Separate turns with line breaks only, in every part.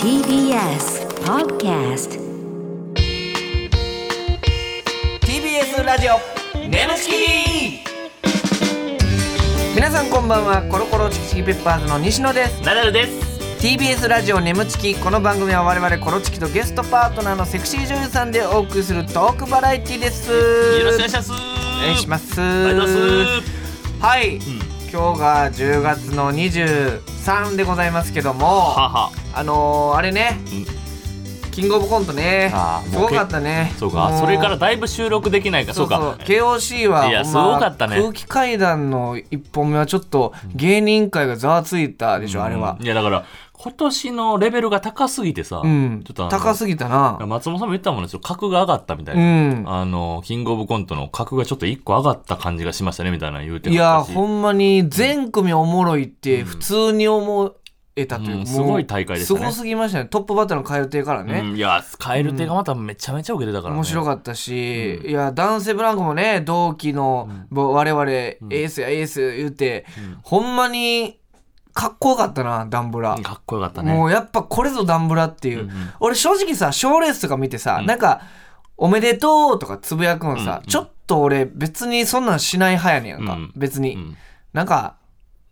TBS Podcast
TBS ラジオ
ネムチ
皆さんこんばんはコロコロチキチキペッパーズの西野です
キナダルです。
TBS ラジオネムチキこの番組は我々コロチキとゲストパートナーのセクシー女優さんでお送りするトークバラエティです
よろしくお願いします。
お願いします
ありがとうございます。
はい、
ん
今日が10月の23でございますけども
はは。
あのー、あれね、キングオブコントね
あー
す
もう
ご
け
かったね
そうか、
も
それからだいぶ収録できないか、そうか。
KOC はい
や
ほんます
ごかったね
空気階段の一本目はちょっと芸人界がざわついたでしょ、あれは
うんいや、だから、今年のレベルが高すぎてさ、
うん
ちょっとあの
高すぎたな
松本さんも言ってたもんね、ちょっと格が上がったみたいうな。
ん
あの、キングオブコントの格がちょっと一個上がった感じがしましたね、みたいなの言うて
いや
はったし
ほんまに全組おもろいって普通に思えたという
うん
もう
すごい大会でしたね
すごすぎましたねトップバッターの蛙亭からね、
うんいや、カエル手がまためちゃめちゃ受けてたからね。
面白かったし、いや男性ブランコもね同期の、ぼ我々エースやエース言って、ほんまにかっこよかったなダンブラ、
うんかっこよかったね。
もうやっぱこれぞダンブラっていう、
うんうん
俺正直さ賞ーレースとか見てさ、なんか「おめでとう」とかつぶやくのさ、
うんうん
ちょっと俺別にそんなんしない派やねんやんか、
うん
別に、
うん
なんか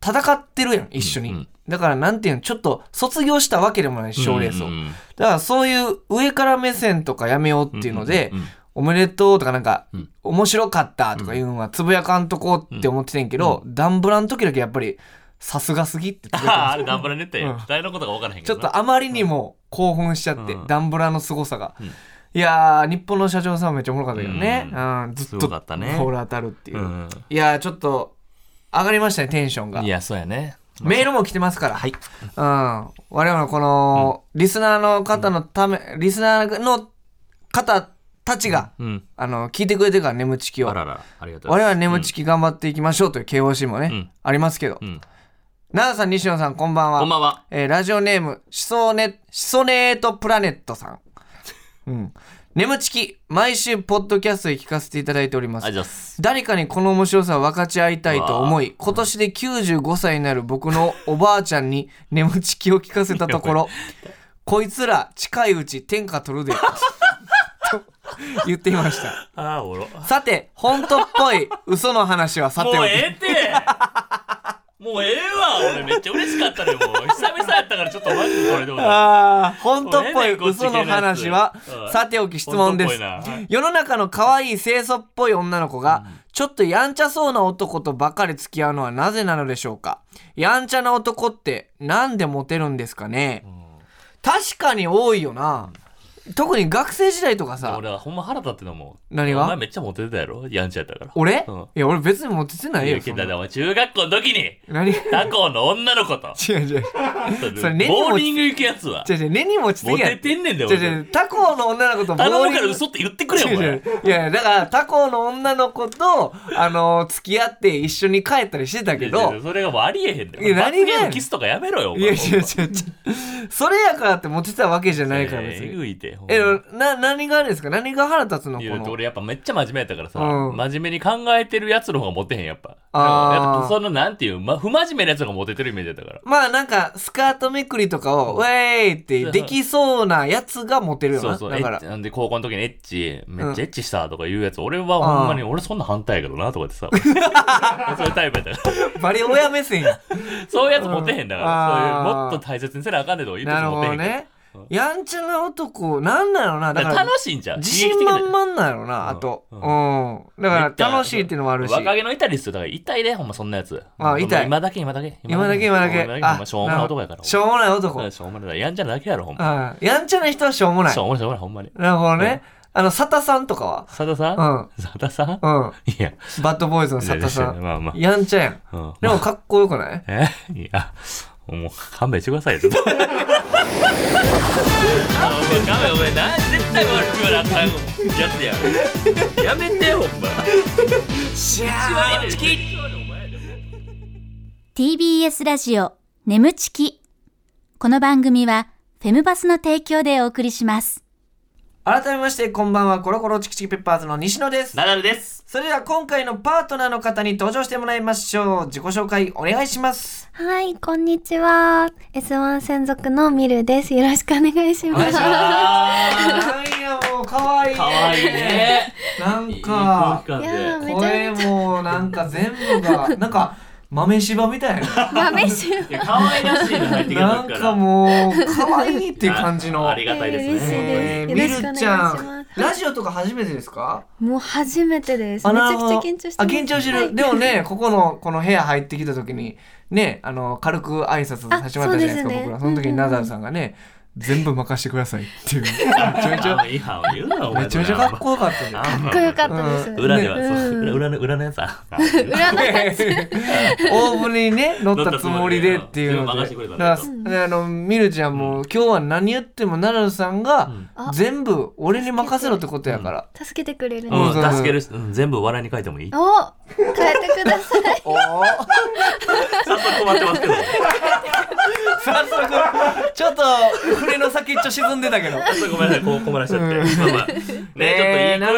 戦ってるやん一緒に、
うんうん
だからなんていうのちょっと卒業したわけでもないし賞ーレースを、
うんうんうん
だからそういう上から目線とかやめようっていうので、
うんうんうん
おめでとうとかなんか、
うん
面白かったとかいうのはつぶやかんとこうって思っててんけど、ダンブラの時だけやっぱりさすがすぎってつぶやくんですよ
ああれ頑張らねって、
うん
誰のことか分からへんけ
ちょ
ど
っ
な
とあまりにも興奮しちゃって、
うん
ダンブラの凄さが、
うん
いやー日本の社長さんめっちゃおもろかったけどね、う
うん
ずっ
す
と
ごかったね
ボール当たるっていう、
うん
いやーちょっと上がりましたねテンションが
いやそうやね
メールも来てますから、はいうん、我々のこの、リスナーの方のため、リスナーの方たちが、
うん
あの聞いてくれてるから眠ちきを
あららありがとうご
我
ざいます
々眠ちき頑張っていきましょうという KOC もね、
うん
ありますけど、
うん
奈良さん西野さんこんばんは
こんばんは
えーラジオネームシソネシソネートプラネットさん、うん、眠ちき毎週ポッドキャストで聞かせていただいておりま
あ
す
りがとうございます
誰かにこの面白さを分かち合いたいと思い今年で95歳になる僕のおばあちゃんに 眠ちきを聞かせたとこ ろこいつら近いうち天下取るで と言っていました
ああおろ
さて、本当っぽい嘘の話はさて
も
お
う
き。
ええって もうええわ俺めっちゃ嬉しかったでもう久々やったからちょっとマジでこれでも
あー本当っぽい
もうええねんこっち系
嘘
のや
の
つ
話は
うん
さておき質問です
本当っぽいな
世の中の可愛い清楚っぽい女の子がちょっとやんちゃそうな男とばかり付き合うのはなぜなのでしょうかやんちゃな男ってなんでモテるんですかね確かに多いよな特に学生時代とかさ
俺はほんま腹立ってのもう
何が
お前めっちゃモテてたやろやんちゃやったから
俺
うん
いや俺別にモテてない
い
よ
や
そ
け
ん
ど
な
でも中学校の時に
何 違
他校の女の子と
う違うそれ根に持ち
ボーリング行くやつは
違う違う根に持ちす
モ
ぎや
テ
って
てんねんだよ
違う違う他校の女の子とボ
頼
ー
む
リ
か
ン
ら
グ
嘘って言ってくれよお
違う違
前
ういやだから他校の女の子と、あのー付き合って一緒に帰ったりしてたけ
いやいや
ど
それがもうありえへんねん
いや何がやねん
罰ゲームキスとかやめろよお
い
前
やいや違う違うそれやからってモテてたわけじゃないから別
え
に
ぐいてほんま
えな何があれですか何が腹立つのこ
いや
の
俺やっぱめっちゃ真面目やったからさ、
うん
真面目に考えてるやつの方がモテへんやっぱ
あー
やっぱそのなんていう、ま、不真面目なやつの方がモテてるイメージだったから
まあなんかスカートめくりとかをウェーイってできそうなやつがモテるよ
そう
な
そう
だから
エッチなんで高校の時にエッチめっちゃエッチしたとか言うやつ、俺はほんまに俺そんな反対やけどなとかってさ そういうタイプやったから
バリ親目 線や
そういうやつモテへんだか
う
ら、
ん
そういう
あー
もっと大切にせなあかんねんとか言って
な
て
る
モ
ほ
テへ
ど
んけど
ねやんちゃな男なんだろうなだ
だ
か
からら楽しいんじゃん
自信満々なんやろな、あと。う。
うん
だから、楽しいっていうのもあるし。
若気の至りっすよ。だから痛いで、ほんまそんなやつ。
あ痛い
今だけ今だけ。
今だけ今だけ。
ほんましょうもない男やから。
しょうもない男。
うんしょうもない。やんちゃなだけやろ、ほんま。
うんやんちゃな人はしょうもない
し。ょうもない、しょうもない、ほんまに。
なるほどね。あの、佐田さんとかは
佐田さん佐田さん
うん。うん。
いや、
バッドボーイズの佐田さ
いや
ん。
まあまあ。
やんちゃやん。
うん
でも、かっこよくない
えいや、もう勘弁してくださいよ。勘弁、勘弁、お前、な、絶対悪くなあかんやつやん。やめてよ、ほん ま。
し
やめて
TBS ラジオ眠ちきこの番組はフェムバスの提供でお送りします
改めまして、こんばんは、コロコロチキチキペッパーズの西野です。
ナダルです。
それでは今回のパートナーの方に登場してもらいましょう。自己紹介お願いします。
はい、こんにちは。S1 専属のミルです。よろしくお願いし
お願
ま
いし
す。
ま
なんやもう、かわいい、
す。かわいいね。
なん
空
か、
間
いや
で。
ーめちゃ
声もなんか全部が、なんか豆柴みたいな。
豆し
いや、かわいらしいの入ってきた
なん
時から。
かもう、かわいいっていう感じの。
ありがたいですね。
えー
えー
み
嬉しいです
るちゃ
よろしくお願
ん
いしま、す
ラジオとか初めてですか
もう初めてです。
あ
めち
の
ゃ
ー
くちゃ緊張してます。
あ、緊張して
は
る。
い
でもね、ここの、この部屋入ってきた時に、ね、あの、軽く挨拶させてもらったじゃないです
あそうです
か、
ね
僕ら。その時にナダルさんがね、全部任してくださいっていう。めちゃめち
あん
ゃ、
ま違反を言うな、お前。
めちゃめちゃかっこよかったじゃん。
かっこよかったです。
裏では、
ね
そう
うん
裏裏の裏のやつは。
裏の
オープニングにね乗ったつもりでっていうの
乗った
で
つもりで
だからであのみるちゃんも今日は何言ってもナダルさんが
うん
全部俺に任せろってことやから
助けてくれるん
う
で
ん、助けるし、うん全部笑いに書いてもいい。ち
す。お変えてください。
おおー
ょっと困ってますけど。
早速ちょっと船の先っちょ沈んでたけど
ちょっとごめんなさい、こう困らしちゃって。まあまあ。ね、ちょっといい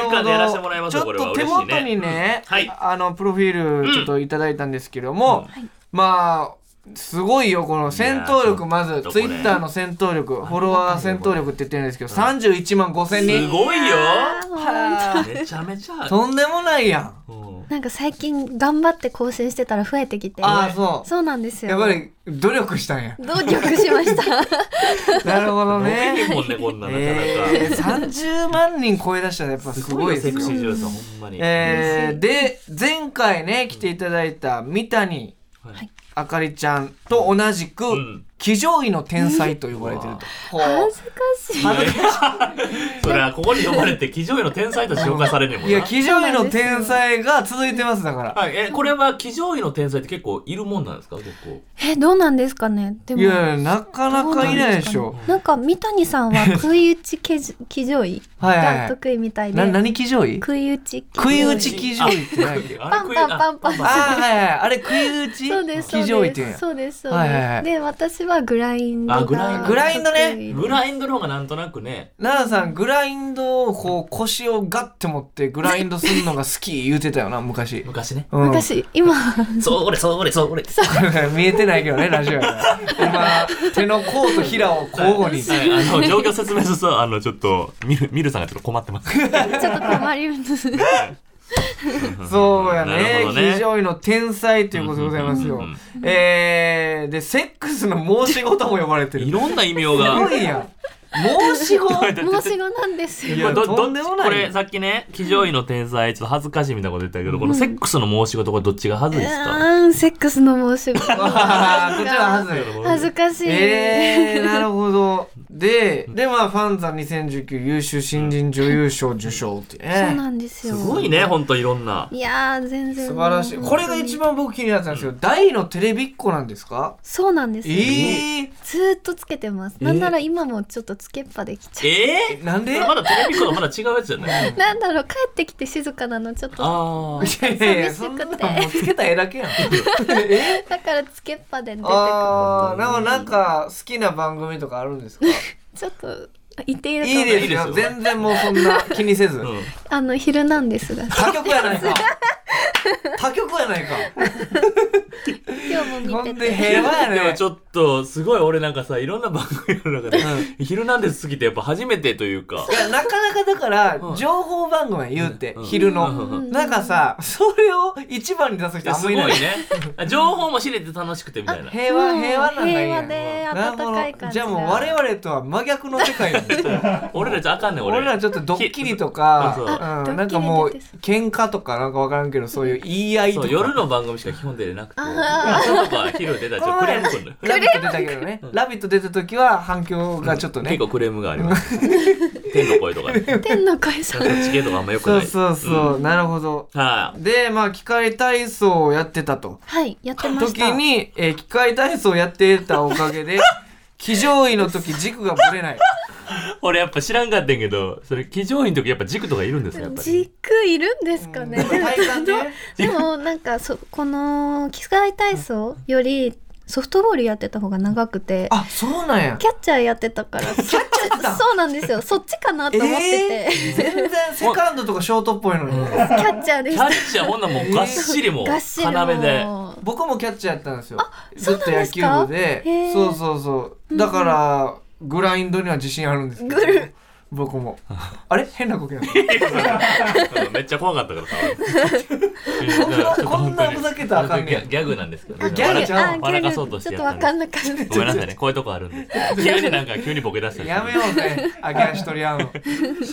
空間でやらせてもらいます
ち
よ
ょ
こ
っ
れ
と
は
手
嬉しい
元に
ね。
ね、
はい
あのプロフィールちょっといただいたんですけども、まあすごいよこの戦闘力
いやー
まず
ちょっと
ツ
こ
イ
れ
ッターの戦闘力フォロワー戦闘力って言ってるんですけど31万5000人
すごいよ。
はあ
めちゃめちゃ。
とんでもないやん
うん
なんか最近頑張って更新してたら増えてきて。
ああそう
そうなんですよ。
やっぱ。り努力したんや
努力しま した。
なるほど
伸びる
ね
もんね、こんななかな
え
か。
ー、30万人超え出したらやっぱす
す
ご
ご
い
い
で
よ
す
セ
よ
クシー女優さん、ほんまに。
えー、で前回ね来ていただいた三谷
はい
あかりちゃんと同じく
うん
騎乗位の天才と呼ばれてると、ほう
恥ずかしい。
それはここに呼ばれて、騎乗位の天才として紹介されんねえもん
いや
な。
騎乗位の天才が続いてますだから
はい、え、これは騎乗位の天才って結構いるもんなんですか、結構。
え、どうなんですかね。でも。
いやなかなかいないでしょ
なんか三谷さんは食い打ちけじ騎乗位
はいはいはい
が得意みたいで、
な何騎乗位
食い打ち
食い打ち騎乗位って何
あ れ
パンパンパンパン
あーはいはいあれ食い打
そうです
ち
そう
騎乗位っていうんや
ですそうですそうです、
はいはいはい
で私はグラインド
あ
が
グラインド
グラインドね
得意
グラインドの方がなんとなくね。
奈良さんグラインドをこう腰をガッて持ってグラインドするのが好 き言うてたよな昔、
昔 ね。
うん、
昔今
そう、俺、そう、俺、そう、俺。
見えてないけどねラジオ やから今手の甲と平を交互に
はい、あの状況説明するとあのちょっとミルミルさんがちょっと困ってます。
ちょっと困ります
そうや
なる
ね
ほどね
非常にの天才ということでございます
うん
よ
うんうん
えー、でセックスの申し子とも呼ばれてる
い
す
ろんな異名
ご
が。
いやん申 し子
申し子なんです
い
よ
や
ど
とんでもない
どっちこれさっきね騎乗位の天才ちょっと恥ずかしいみたいなこと言ったけど、このセックスの申し事これどっちが恥ずいですか？
あーセックスの申し子
あ ーこっちは恥ずい
恥ずかしい、
えー、なるほどででまあファンザ2019優秀新人女優賞受賞ってね
そうなんですよ
すごいね本当いろんな。
いやー全然
素晴らしい
もう
これが一番僕気になってたんですけど、大のテレビっ子なんですか
そうなんです
え
よ、
ー、
ずーっとつけてます、なんなら今もちょっとつけっぱできちゃう
えー？
なんで
これまだテレビとまだ違うやつじゃない？
なんだろう帰ってきて静かなのちょっと
ああ。
いやいやいや
寂しくて
そんなのもうつけた絵だ けやんえ
だからつけっぱで出てくる
あーでもなんか好きな番組とかあるんですか
ちょっと言っているか
いい
も
ですよ
いいですよ
全然もうそんな気にせず、
うん。
あの「ヒルナンデス」が
他局やないか他局やないか
今日も
ほ
見て
んで
て
平和や
でも
ね
ちょっとすごい俺なんかさいろんな番組の中で 「ヒルナンデス」過ぎてやっぱ初めてというか
いやなかなかだから
うん
情報番組や言うて、
うん
昼の、
うん
なんかさそれを一番に出す
い
人
や
あん
す
ま
ご
い
い
ない
ね 情報も知れて楽しくてみたいな
平和平和なんだ
平和で温かい感じが
じゃあもう我々とは真逆の世界なんだ
俺らじゃあかんねん俺
俺らちょっとドッキリとか、
そう
そう
うんなんかもう
ドッキリ出てそ
喧嘩とかなんか分からんけどそういう言い合いとか
そう夜の番組しか基本出れなくて朝とか昼出たらちょっとクレームくんのよ
ラビット出たけどね「ラビット!」出た時は反響がちょっとね、
結構クレームがあ ります天の声とかねちょっ
天の声さ
と
ん
チケットがあんまよく
そ
な
う
い
そうそう、なるほど
はい
でまあ機械体操をやってたと
はいやってまし
時
た
に、えー機械体操をやってたおか げで騎乗位の時軸がぶれない
俺やっぱ知らんかったんけどそれ騎乗員の時やっぱ軸とかいるんですかやっぱり
軸いるんですかね、でも
体幹で
でもなんかそこの機械体操よりソフトボールやってた方が長くて
あそうなんや
キャッチャーやってたからキャッチャ
れてた
そうなんですよ。そっちかなと思ってて。
全然セカンドとかショートっぽいのに
キャッチャーで
キ
し
ャ
た。
ッチャーほんならもうがっしりもう
がっしりも
要で。
僕もキャッチャーやったんですよ
そ
ずっ
うなん
と
で
野
す
球
か
部で
へー
そうそうそうだからグラインドには自信あるんですけど
グル
僕もあれ変な呼吸
めっちゃ怖かったから
こんなこんなふざけたらあかんねや
ギャグなんですけどね
あギャグ
笑
ちゃう
あ
笑かそうとして
ちょっ
や
と
った
わ
んで
かんなかった。
ごめんなさいねこういうとこあるんで急になんか急にボケ出した りする
やめようぜ、揚げ足取り合うの。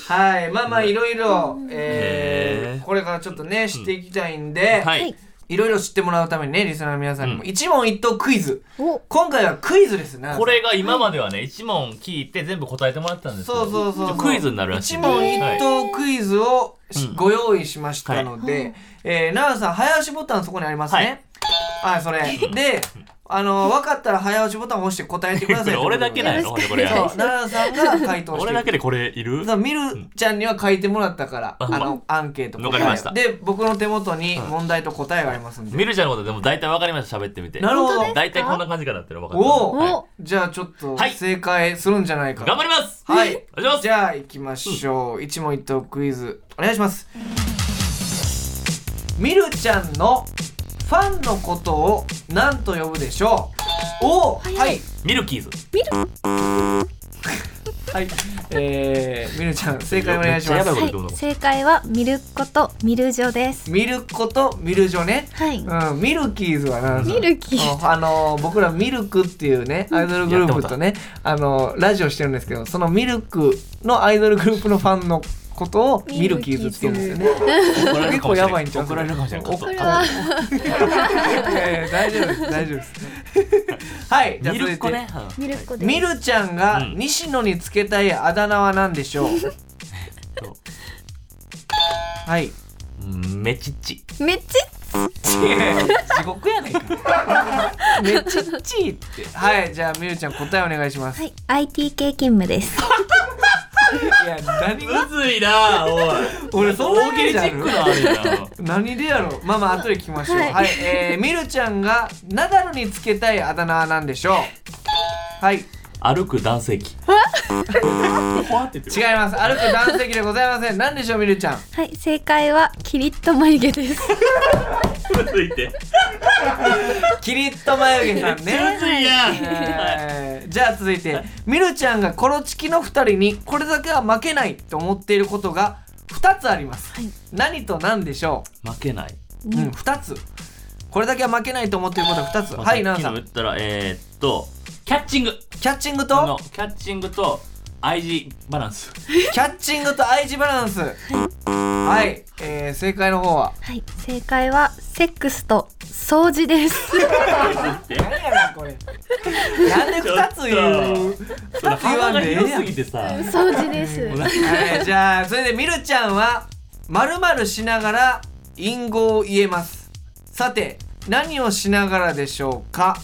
はい、まあまあいろいろ、え
へ
ー、
ー
これからちょっとね、していきたいんで、
はい
いろいろ知ってもらうためにね、リスナーの皆さんにも
う
一問一答クイズ。
お、
今回はクイズですね。
これが今まではね一問聞いて全部答えてもらったんですけ
そ
ど
うそうそうそう。
クイズになるらしい
一
んで
問一
はい
答クイズをし
うん
ご用意しましたので、えー、奈良さん、早押しボタンそこにありますね。はい、それ。で、あの、分かったら早押しボタンを押して答えてくだ
こ
さい。
れ俺だけなんや
よ
ろ
ろしく
これ
そう、奈良さんが回答していく
俺だけでこれいる
そうみるちゃんには書いてもらったから、
あ
あのアンケート答えを
わかりました
で僕の手元に問題と答えがありますんで、
見るちゃんのことでも大体わかりました喋ってみて
なるほど
本当
大体こんな感じかなっていうの分かった
おお、
はい
じゃあちょっと
はい
正解するんじゃないか、
頑張ります
はい
お願いし
じゃあ行きましょう、一問一答クイズお願いしますみるちゃんのファンのことを何と呼ぶでしょうおおはいはい、
ますミルキーズ
はい、えー、みるちゃん正解お願いしま
めっちゃやば
す
い
はい、正解はミルコとミルジョです。
ミルコとミルジョね
はい。
うん、ミルキーズは何
ミルキー。
あの僕らミルクっていうねアイドルグループとねあのラジオしてるんですけどそのミルクのアイドルグループのファンのことをミルキーズって言うんですよね。
怒られるか
結構
もしれん
やばいんちゃう
怒られるかもしれん
怒
これは
えー大丈夫です大丈夫です。はいじゃあ
ミ
続
ル
い
コ
て
ねうん
ミルコです。
ミルちゃんが
うん
西野につけたいあだ名は何でしょう
そう
はい
うんメチッチ
めっち
地獄やねんかめっちゃっちいってはいじゃあミルちゃん答えお願いしま
ゃ。
す。
はい、IT 系勤 務です。
いや何が
むずいなおい
俺そんなイ
大
メ
喜
ー
利
ジ
チ
ある
ックのあるやん
何でやろうまあまあ後で聞きましょうは、
はいい
えー、みるちゃんがナダルにつけたいあだ名は何でしょうはい違い
歩く男性器
ます歩く男性器でございません何でしょうみるちゃん
はい、正解はキリッと眉 毛です。
むずいって
キリッと眉毛さん
むず
ね
いやん
えーじゃあ続いてみるちゃんがコロチキの2人にこれだけは負けないと思っていることが2つあります、
はい
何と何でしょ
負けない。
う、うん、2つこれだけは負けないと思っていることが2つ
まあ
はい
さっ
奈
きの
々
言
さん
ったら、えー、っと、キャッチング。
キャッチング
あの
と
キャッチングと IG バランス。
キャッチングと愛知バランスはい、えー、正解の方は
はい、正解はセックスと掃 除です。
何やねんこれなんで二つ言う
それ
つ言わん
が
でええやん
広すぎてさ。
掃除です。
もうなんか
はいじゃあそれでみるちゃんはまるまるしながら隠語を言えますさて何をしながらでしょうか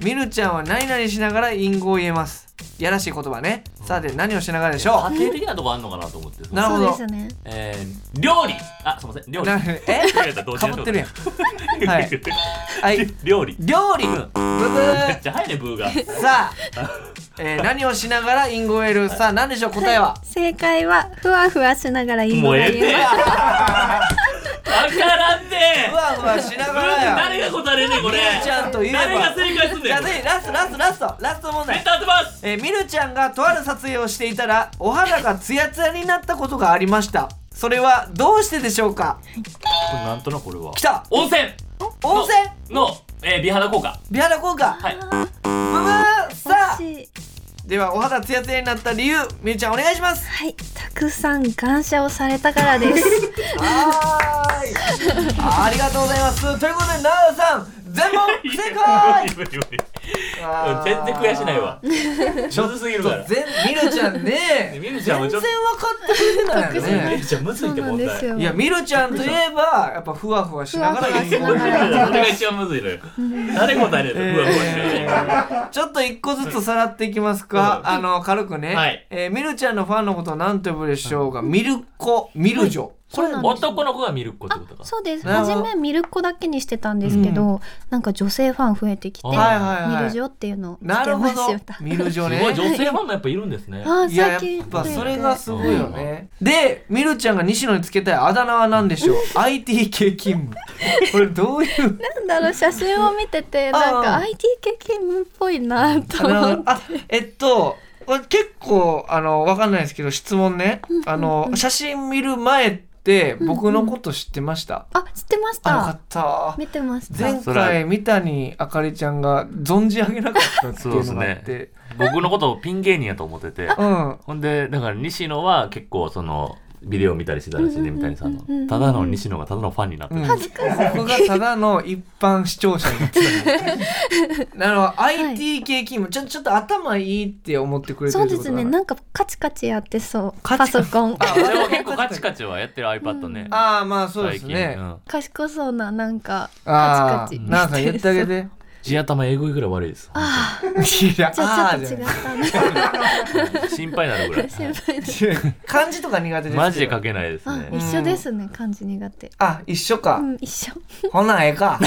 みるちゃんは何々しながら隠語を言えますやらしい言葉ねさて何をしながらでしょ
家庭的なとこあんのかなと思って。その
なるほど
そうですよね。
えー、料理。あ、すみません。料
う
理。
な えか
か
ぶってるやんはいはい
料理。
料 理ブブ
め
ー
っちゃ早いね、ブーが。
さあ、えー、何をしながら隠語を言えるさあ何でしょう答えは
正解はふわふわしながら言い
もうええ
ます。
て。わからんて。
ふわふわしながらや
誰が答えれんねんこれ。
みるちゃんと言えば
誰が正解すんね
じゃ
ん。
あ
これ
次ラストラストラストラスト問題
絶対当てます。
えーみるちゃんがとある撮影をしていたらお肌がツヤツヤになったことがありましたそれはどうしてでしょうか
これなんとなくこれは
来た
温泉
温泉
のの、えー美肌効果
美肌効果
はい
ブブーさあ
惜しい
ではお肌ツヤツヤになった理由みるちゃんお願いします
はい、たくさん感謝をされたから です。
はーい ありがとうございますということで奈良さん全問不正 解
無理無理
あー
全然悔しないわちょっとすぎるから
全みるちゃんね
みるちゃんも
全
ちょ
然分
っ
かってくれてないよ
と
ね
みるちゃんむずいっ
そう
て
な
問
んで
題
すよ。
いや、みるちゃんといえば、やっぱふわふわしながら言う
ふわふわしながら
それが一番むずいのよ誰答えれるのふわふわして
えーちょっと一個ずつさらっていきますか。あの、軽くね。
はい
えーみるちゃんのファンのことを何と呼ぶでしょうが、ミルコ、ミルジョ。これ
そうなんです
男の子が見る子ってことか。
そうです
なるほど
初め見る子だけにしてたんですけど、なんか女性ファン増えてきて、
はい
はいはい
見る女っていうのをつけ
なるほ
ま
ど
した。
見る女
す
ね
ごい女性ファンもやっぱいるんですね。
あー
いやや
最
っ
近
ぱ
増えて
それがすごいよねでみるちゃんが西野につけたいあだ名は何でしょ う IT 系勤務これどういう
なんだろう写真を見てて
あー
なんか IT 系勤務っぽいなと思 って
あえっとこれ結構あのわかんないですけど質問ねあの写真見る前って僕のこと知ってました、
あ知ってまし
あよか
た
った
見てました
前回三谷あかりちゃんが存じ上げなかったっていうのがあっ
そうで
て
僕のことをピン芸人やと思ってて。
うん
ほんで、だから西野は結構その、ビデオ見たりしてたらしいね、みたいにさん
うんうんうんうん
の。ただの西野がただのファンになって
うん
る。
僕がただの一般視聴者になってたのなるほど IT 系勤務ちょちょっと頭いいって思ってくれてる
そ
っ
う
て
で
こと
す
かな
ねなんかカチカチやってそう
カチカ
パソコン
あ
でも結構カチカチはやってる iPad ね。
ああまあそうで
最
す
近
ね、
うん
賢そうななんか
あ
カ
あ
チカチ
なんか言ってあげ て
地頭えぐいぐらい悪いです。
いや
ちょ
あ
っ
ー
と
じ
違
ゃ
っ
ない
たね
心配になるぐらい。
先輩です
漢字とか苦手ですけど
マジで書けないです
あ
ね。
一緒ですね漢字苦手
あ一緒か、
うん一緒
ほなええか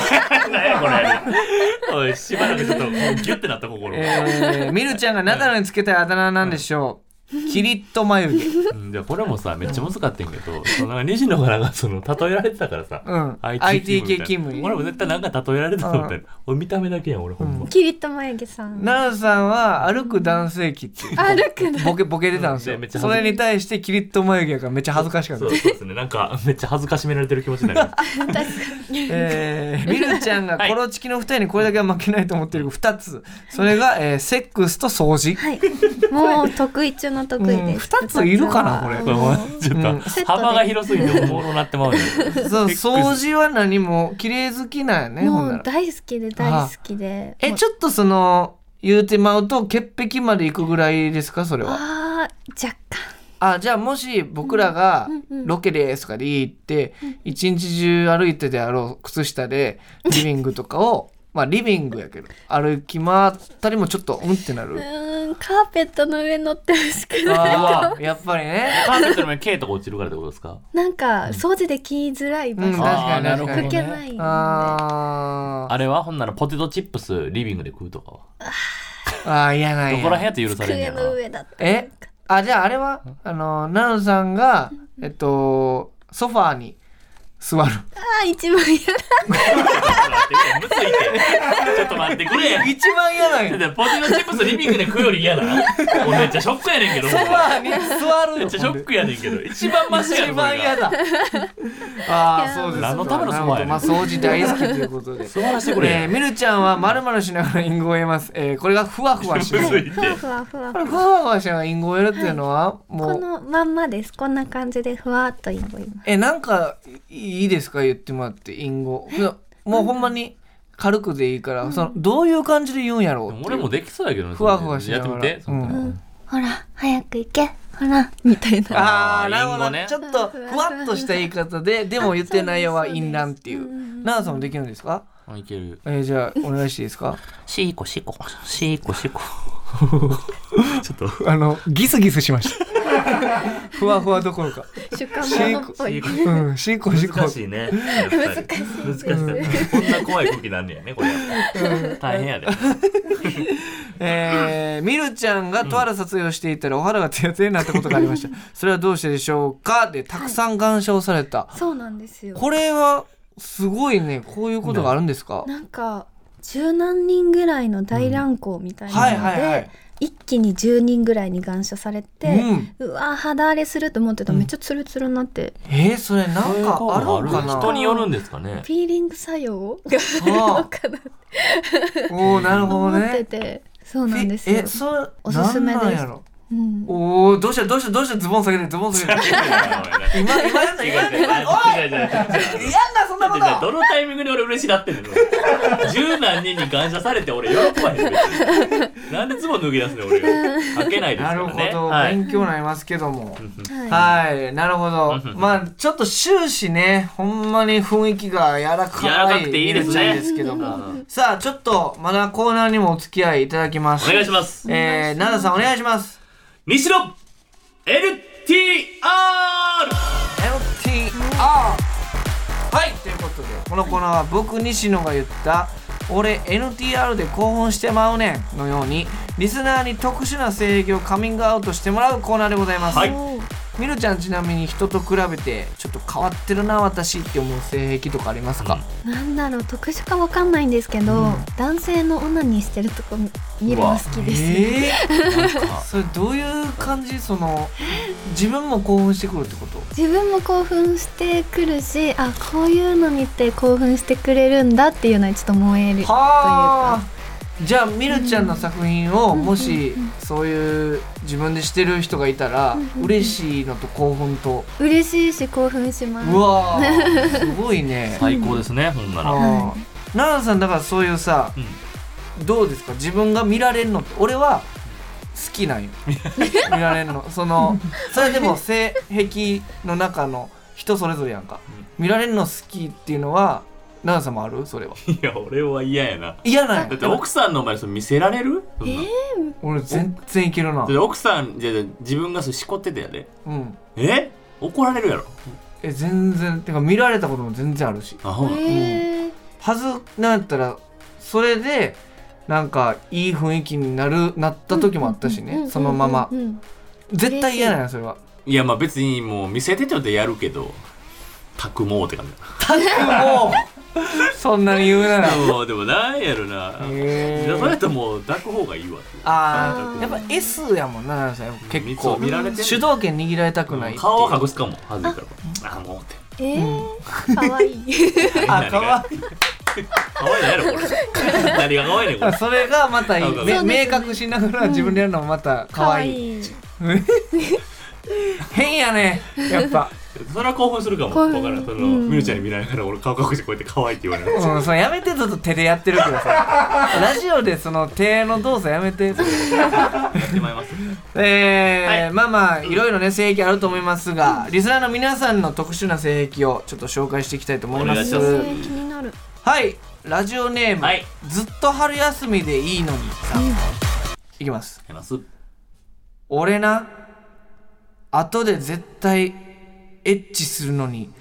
何やこれ。 おい、しばらくちょっと、ギュッてなった心が。
えー、みるちゃんがナダルにつけたいあだ名なんでしょう、キリッと眉毛
うんじゃあこれもさ、めっちゃ難かったんやけど、その西野からがその、例えられてたからさ。
うん
IT 系
IT 系勤務に
俺も絶対なんか例えられてたと思ったよ俺見た目だけやん俺ほんま
キリッと眉毛さん
ナダルさんは歩く男性器っていう
歩くな
ボケボケてたんですよ
うんでめっちゃ
それに対してキリッと眉毛やからめっちゃ恥ずかしかった
そうそうですねなんかめっちゃ恥ずかしめられてる気持ちになる
確かに
えー、みるちゃんがコロチキの二人にこれだけは負けないと思ってる二つそれが、えー、セックスと掃除
はいもう得意中の得意です
うん二ついるかなこれ
これもうちょっ
うん
と 幅が広すぎておもろなってまうね
そう
セック
掃除は何も綺麗好きなんやねほ
も
んな
う
ら
大好きで大好きで
えちょっとその言うてまうと潔癖まで行くぐらいですかそれは
あー若干
あじゃあもし僕らが
うんうん
ロケですとかで行って一日中歩いてであろう靴下でリビングとかを まあリビングやけど歩き回ったりもちょっとうんってな
う
る
ーんカーペットの上乗ってほしくない
ああやっぱりね
カーペットの上に K とか落ちるからってことですか
なんか掃除できづらい場
うん確
所
かに
あー
確
な
か
る
に
ほ
拭
ど
けないので
あー
あれはほんならポテトチップスリビングで食うとかは
あー嫌なん
ど
や
こら辺やって許されんね
机
やな
の上だった
えあじゃああれはあのナナさんがえっとソファーに座る
あー一番嫌
む
だ
ずいってちょっと待ってくれや
一番嫌 なんや
ポテトチップスリビングで食うより嫌だ俺めっちゃショックやねんけど
ソファーに座るよ
めっちゃショックやねんけど一番マシや
一
ろこ
番
れ が
嫌だああそうですか
何のためのソファーやねん
なるほどまあ掃除大好きということで
素晴らしいこ
えー、
れ
みるちゃんはまるまるしながら隠語を得ます、えー、これがふわふわし
む
ます
ず
こ
いって
ふわふわふわ
れふわふわしながら隠語を得るっていうのはもう、
このまんまですこんな感じでふわっと今言います
えなんかいいいですか言ってもらって隠語いやもうほんまに軽くでいいから、そのどういう感じで言うんやろうっていう
俺もできそうやけどね
ふわふわしな
やって
が
み
ら
てそんな
う
の
ほら早く行けほ らみたいな
あ
あ
あ
ー
なるほど、
隠語ね
ちょっとふわっとした言い方ででも言ってる内容は淫乱っていう奈々さんもできるんですか、
あいける
えーじゃあお願いしていいですか
シーコシーコシーコシーコちょっと
あのギスギスしま したふわふわどころか
主観者っぽい
うんシーコシーコ
難しいねやっぱり難しいこんな怖い空気なんねやねこれ大変やで
えー、みるちゃんがとある撮影をしていたらお肌がツヤツヤになったことがありました。それはどうしてでしょうかで、たくさん鑑賞された。
そうなんですよ
これは、すごいね、こういうことがあるんですか、
なんか十何人ぐらいの大乱行みたい
はい
な
は
の
いはい
で。一気に10人ぐらいに願書されて、
うん
うわ肌荒れすると思ってたらめっちゃツルツルになって、
えー、それなんかあるんかな
人によるんですか ね
ピーリング作用があるの かなって
おー、なるほ
思
ど
って
ね。
て、そうなんです
え、
よ
え、それ、
おすすめで
なん
す
なんやろ
うん、
おー、どうしたどうしたどうしたズボン下げてズボン下げ て。今、今やんな、今やんな、今やんな、おいやんな、そんなこと
どのタイミングで俺嬉しなってんの十何人に感謝されて俺喜ばへん別になんでズボン脱ぎ出すの俺開けないです
な
から
るほ
ね
ど、
はい
勉強になりますけども。
はい
はい、なるほど
う。ん
まあ、ちょっと終始ね、ほんまに雰囲気が柔ら
柔ら
か
か
い
くていいですね
ちゃんですけども。さあ、ちょっと、まだコーナーにもお付き合いいただきます。
お願いします
えー、奈々さんお願いします。
西野 LTR
LTR ああはいということでこのコーナーは僕西野が言った「俺 NTR で興奮してまうねん」のようにリスナーに特殊な性癖をカミングアウトしてもらうコーナーでございます、
はい
みるちゃんちなみに人と比べてちょっと変わってるな私って思う性癖とかありますか、
なんだろう特殊かわかんないんですけど、男性のオナニーしてるとこ見るの好きですね、
えー、 それどういう感じその自分も興奮してくるってこと
自分も興奮してくるしあこういうのにって興奮してくれるんだっていうのにちょっと燃えるという
はあ
か
じゃあみるちゃんの作品をもしそういう自分でしてる人がいたら嬉しいのと興奮と
嬉しいし興奮します
うわーすごい ね
最高ですね、ほんなら。
あー奈良さんだからそういうさ
うん
どうですか自分が見られるのって俺は好き なんよ見られるのそのそれでも性癖の中の人それぞれやんか見られるの好きっていうのは奈良さんもあるそれはい
や、俺は嫌やな。
嫌なん
だ
よ
って奥さんの前でそれ見せられるそんなだ
俺全然いけるな
って奥さん、じゃじゃ自分がそれしこっててやで。
うん
え怒られるやろ。
え全然てか見られたことも全然あるし
あ、ほん
えー
はずなんやったらそれでなんかいい雰囲気になるなった時もあったし
うんうん
ねそのまま
うんうん
絶対嫌なんやそれ はい
や、まあ別にもう見せてちょっとやるけど、たくもうって感じだ。
たくもそんなに言うなら
もうでもなんやろな。
へ
じゃ
ー
あそれともう抱く方がいいわっていう。
あ
ー
あやっぱ S やもんな奈々さん結
そ
構
う見られてる
主導権握られたくないっていう
顔は隠すかも、はずいから。あ、もうって。
えー、かわ いい
あかわいい
可愛いのやろ、これ。何が可愛いねん、これ。
それがまたいい、
そう
め
です
ね
明確しながら自分でやるのもまたかわいい
い
変やねやっぱ
それは興奮するかも。
興
わ
奮
からん。その、
うん
みるちゃんに見られながら俺顔隠してこうやって可愛いって言われる。
うん、それやめてずっと手でやってるけど さラジオでその手の動作やめて
やってまいります。
えー
はい
まあまあいろいろね性癖あると思いますが、リスナーの皆さんの特殊な性癖をちょっと紹介していきたいと思います
お
え
願いし
ー、気 になる
はいラジオネーム、
はい
ずっと春休みでいいのにさん、いきます
やります。
俺な後で絶対エッチするのに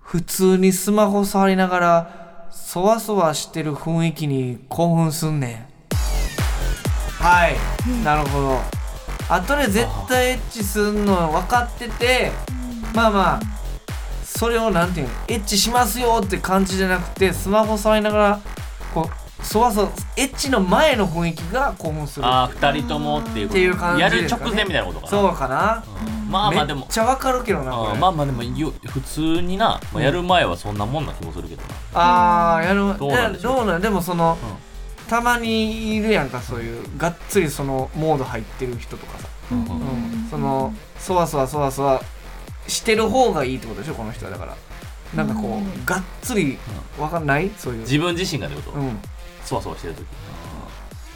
普通にスマホ触りながらそわそわしてる雰囲気に興奮すんねんはい、なるほど後で絶対エッチすんの分かっててまあまあそれをなんていうのエッチしますよって感じじゃなくてスマホ触りながらこうそわそわエッチの前の雰囲気が興奮する
ああ、二人ともっていうこと。
っていう感じ
や
ですかね
る直前みたいなことかな。
そうかな、
まあまあで
めっ
も。
ちゃわかるけどなこ
あ
れ、
ーまあまあでもよ普通にな、まあ、やる前はそんなもんな気もするけどな、
あーやる
どうなんでしょう
いやどうなんでもその、たまにいるやんかそういうがっつりそのモード入ってる人とかさ、
うん
うんそのそわそわそわそわしてる方がいいってことでしょこの人はだからなんかこう、がっつりわかんないそういう
自分自身がってこと、
うん
そわそわしてる時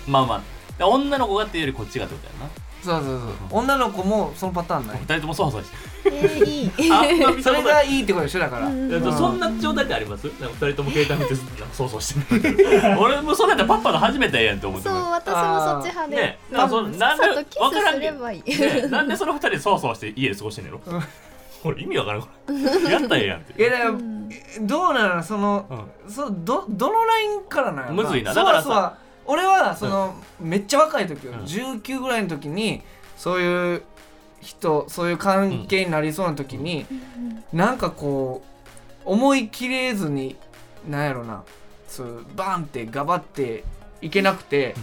まあまあで女の子がっていうよりこっちがってことやな
そうそうそう、女の子もそのパターンない
二人ともそわそわして
えー、いい
るあんま見
そ
たこ
れ
とな
が
い
いいってことでしょだから、
うん
えっとそんな状態ってありますなんか二人とも携帯見てなんかそうそうし てる俺もそんなんやったらパッパの初めてやんって思って
そう
る
私もそっち派で、
ねえ
あ
あそうなんで
さっとキ
わから
ス
ん
す
け
れ
ど
ばいい、
ねなんでその二人でそわそわして家で過ごしてんのやろこれ意味わからんこれやったらええやんって
いやだからどうなのその、
うん
そうどどのラインからなんやろ
むずいな
そう
だからさ
そうは俺はその、めっちゃ若い時よ、19ぐらいの時にそういう人そういう関係になりそうな時に、なんかこう思い切れずになんやろなそうバンってガバっていけなくて、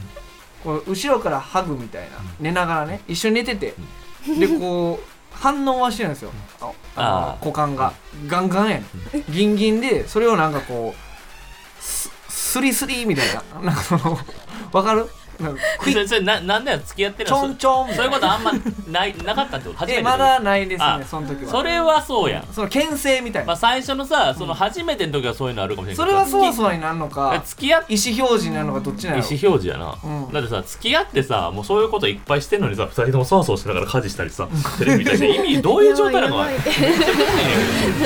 こう後ろからハグみたいな、寝ながらね一緒に寝てて、でこう反応はしてるんですよ、あの
あー
股間がガンガンやねんギンギンでそれをなんかこうすスリスリみたいななんかそのわかるなんかクイ
そ
ッ
れそれななんだよ付き合ってる
ちょんちょんみた
そうい
いうな
ことあんまないなかったってこと初め
え
て
まだないです
あ
ねその時は
それはそうやん
その牽制みたいな、
まあ、最初のさその初めての時はそういうのあるかもしれな
そ
い
れはそわそ
わ
わになるのか
付き合って
意思表示になるのかどっちな
意
の
思表示やな、
うん
だってさ付き合ってさもうそういうこといっぱいしてんのにさ二人ともそわそわしながら家事したりさテレビ見たりして意味どういう状態なの
やばいやばい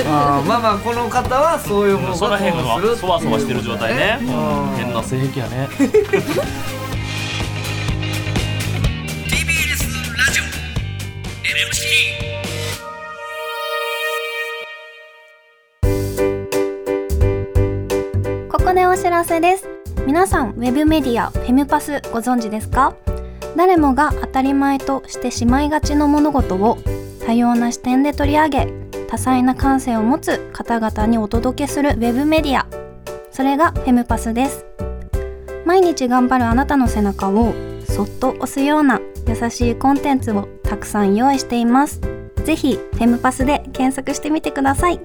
あーまあまあこの方はそういう方が
その辺
こうするってい
の
う
そわそわしてる状態ね
うん
変な性癖やね
知らせです皆さんウェブメディアフェムパスご存知ですか誰もが当たり前としてしまいがちの物事を多様な視点で取り上げ多彩な感性を持つ方々にお届けするウェブメディアそれがフェムパスです毎日頑張るあなたの背中をそっと押すような優しいコンテンツをたくさん用意していますぜひフェムパスで検索してみてください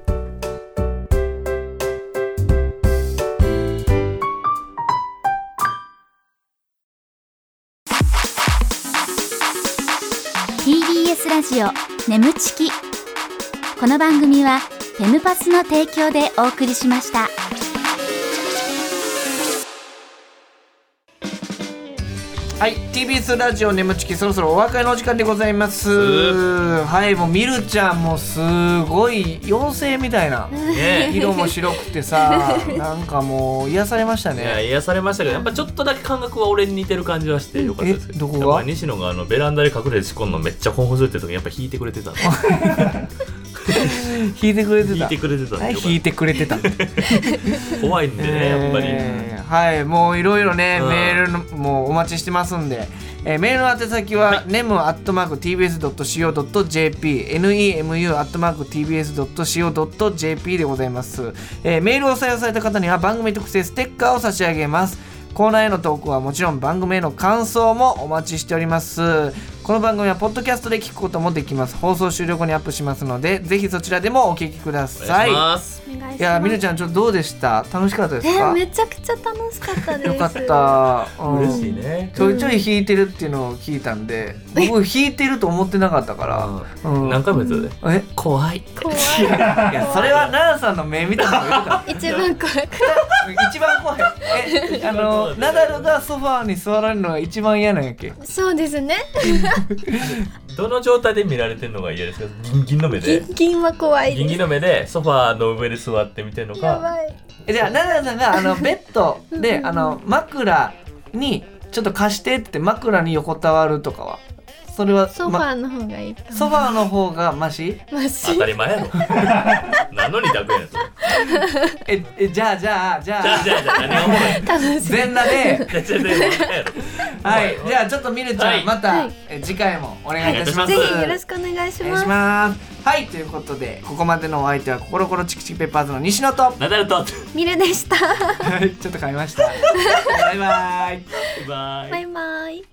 ー TBS ラジオ眠ちきこの番組はテムパスの提供でお送りしました
はい、TBS ラジオ眠ちきそろそろお別れのお時間でございます。はい、もうみるちゃんもすごい妖精みたいな
ね
色も白くて さ、なんかもう癒されました
いや
ね。
癒されましたけどやっぱちょっとだけ感覚は俺に似てる感じはしてよかったですけ
えどこが
やっぱ西野があのベランダで隠れて仕込んのめっちゃ興奮するって時にやっぱ弾いてくれてたんで
弾いてくれて
弾
た。
いてくれてたんで
はい、
よか
弾いてくれてた。
った怖いんでねやっぱり、
えーはいもういろいろね、
うん
メールのもうお待ちしてますんで、えーメールの宛先は、nemu.tbs.co.jp nemu.tbs.co.jp でございます、えーメールを採用された方には番組特製ステッカーを差し上げますコーナーへの投稿はもちろん番組への感想もお待ちしておりますこの番組はポッドキャストで聞くこともできます放送終了後にアップしますのでぜひそちらでもお聞きくだ
お願
さ
い
い
します、
いやみるちゃんちょっとどうでした楽しかったですか、
ちゃくちゃ楽しかったで
よかった、うん
嬉しいね
ちょいちょい弾いてるっていうのを聞いたんで僕弾いてると思ってなかったから、うん
何回もやってたね
え
怖い
怖い
いやそれは奈々さんの目見たのがよかっ
一番怖い
た一番怖いえあ のナダルがソファーに座られるのが一番嫌なんやっけ
そうですね
どの状態で見られてるのが嫌ですかギンギンの目で
銀は怖い
ギンギンの目でソファーの上で座って見てるの
や
か
ばい
えじゃあ奈々さんがあのベッドで
うん
あの枕にちょっと貸してって枕に横たわるとかはそれは
ソフ
ま
ァーの方がいいか
ソファーの方がマシ
マシ
当たり前やろ何の二択やねんそれ
ええじゃあじゃあじ
じ
ゃ
ゃあ
あ
じゃあじゃあ何がおもろい
楽しい
全裸 で
じゃあじゃあじゃあ何がやろ
はい、じゃあちょっとみるちゃん、
はい
また、
はい
え次回もお願いいたします。
ぜ
お願い
ひよろしくお願いし
お願い
ま
し
す
ます。はい、ということで、ここまでのお相手は、コロコロチキチキペッパーズの西野と、は
ナダルと
ミルでした
い、ちょっと変えました。バイバイ。
バイ
バイバイ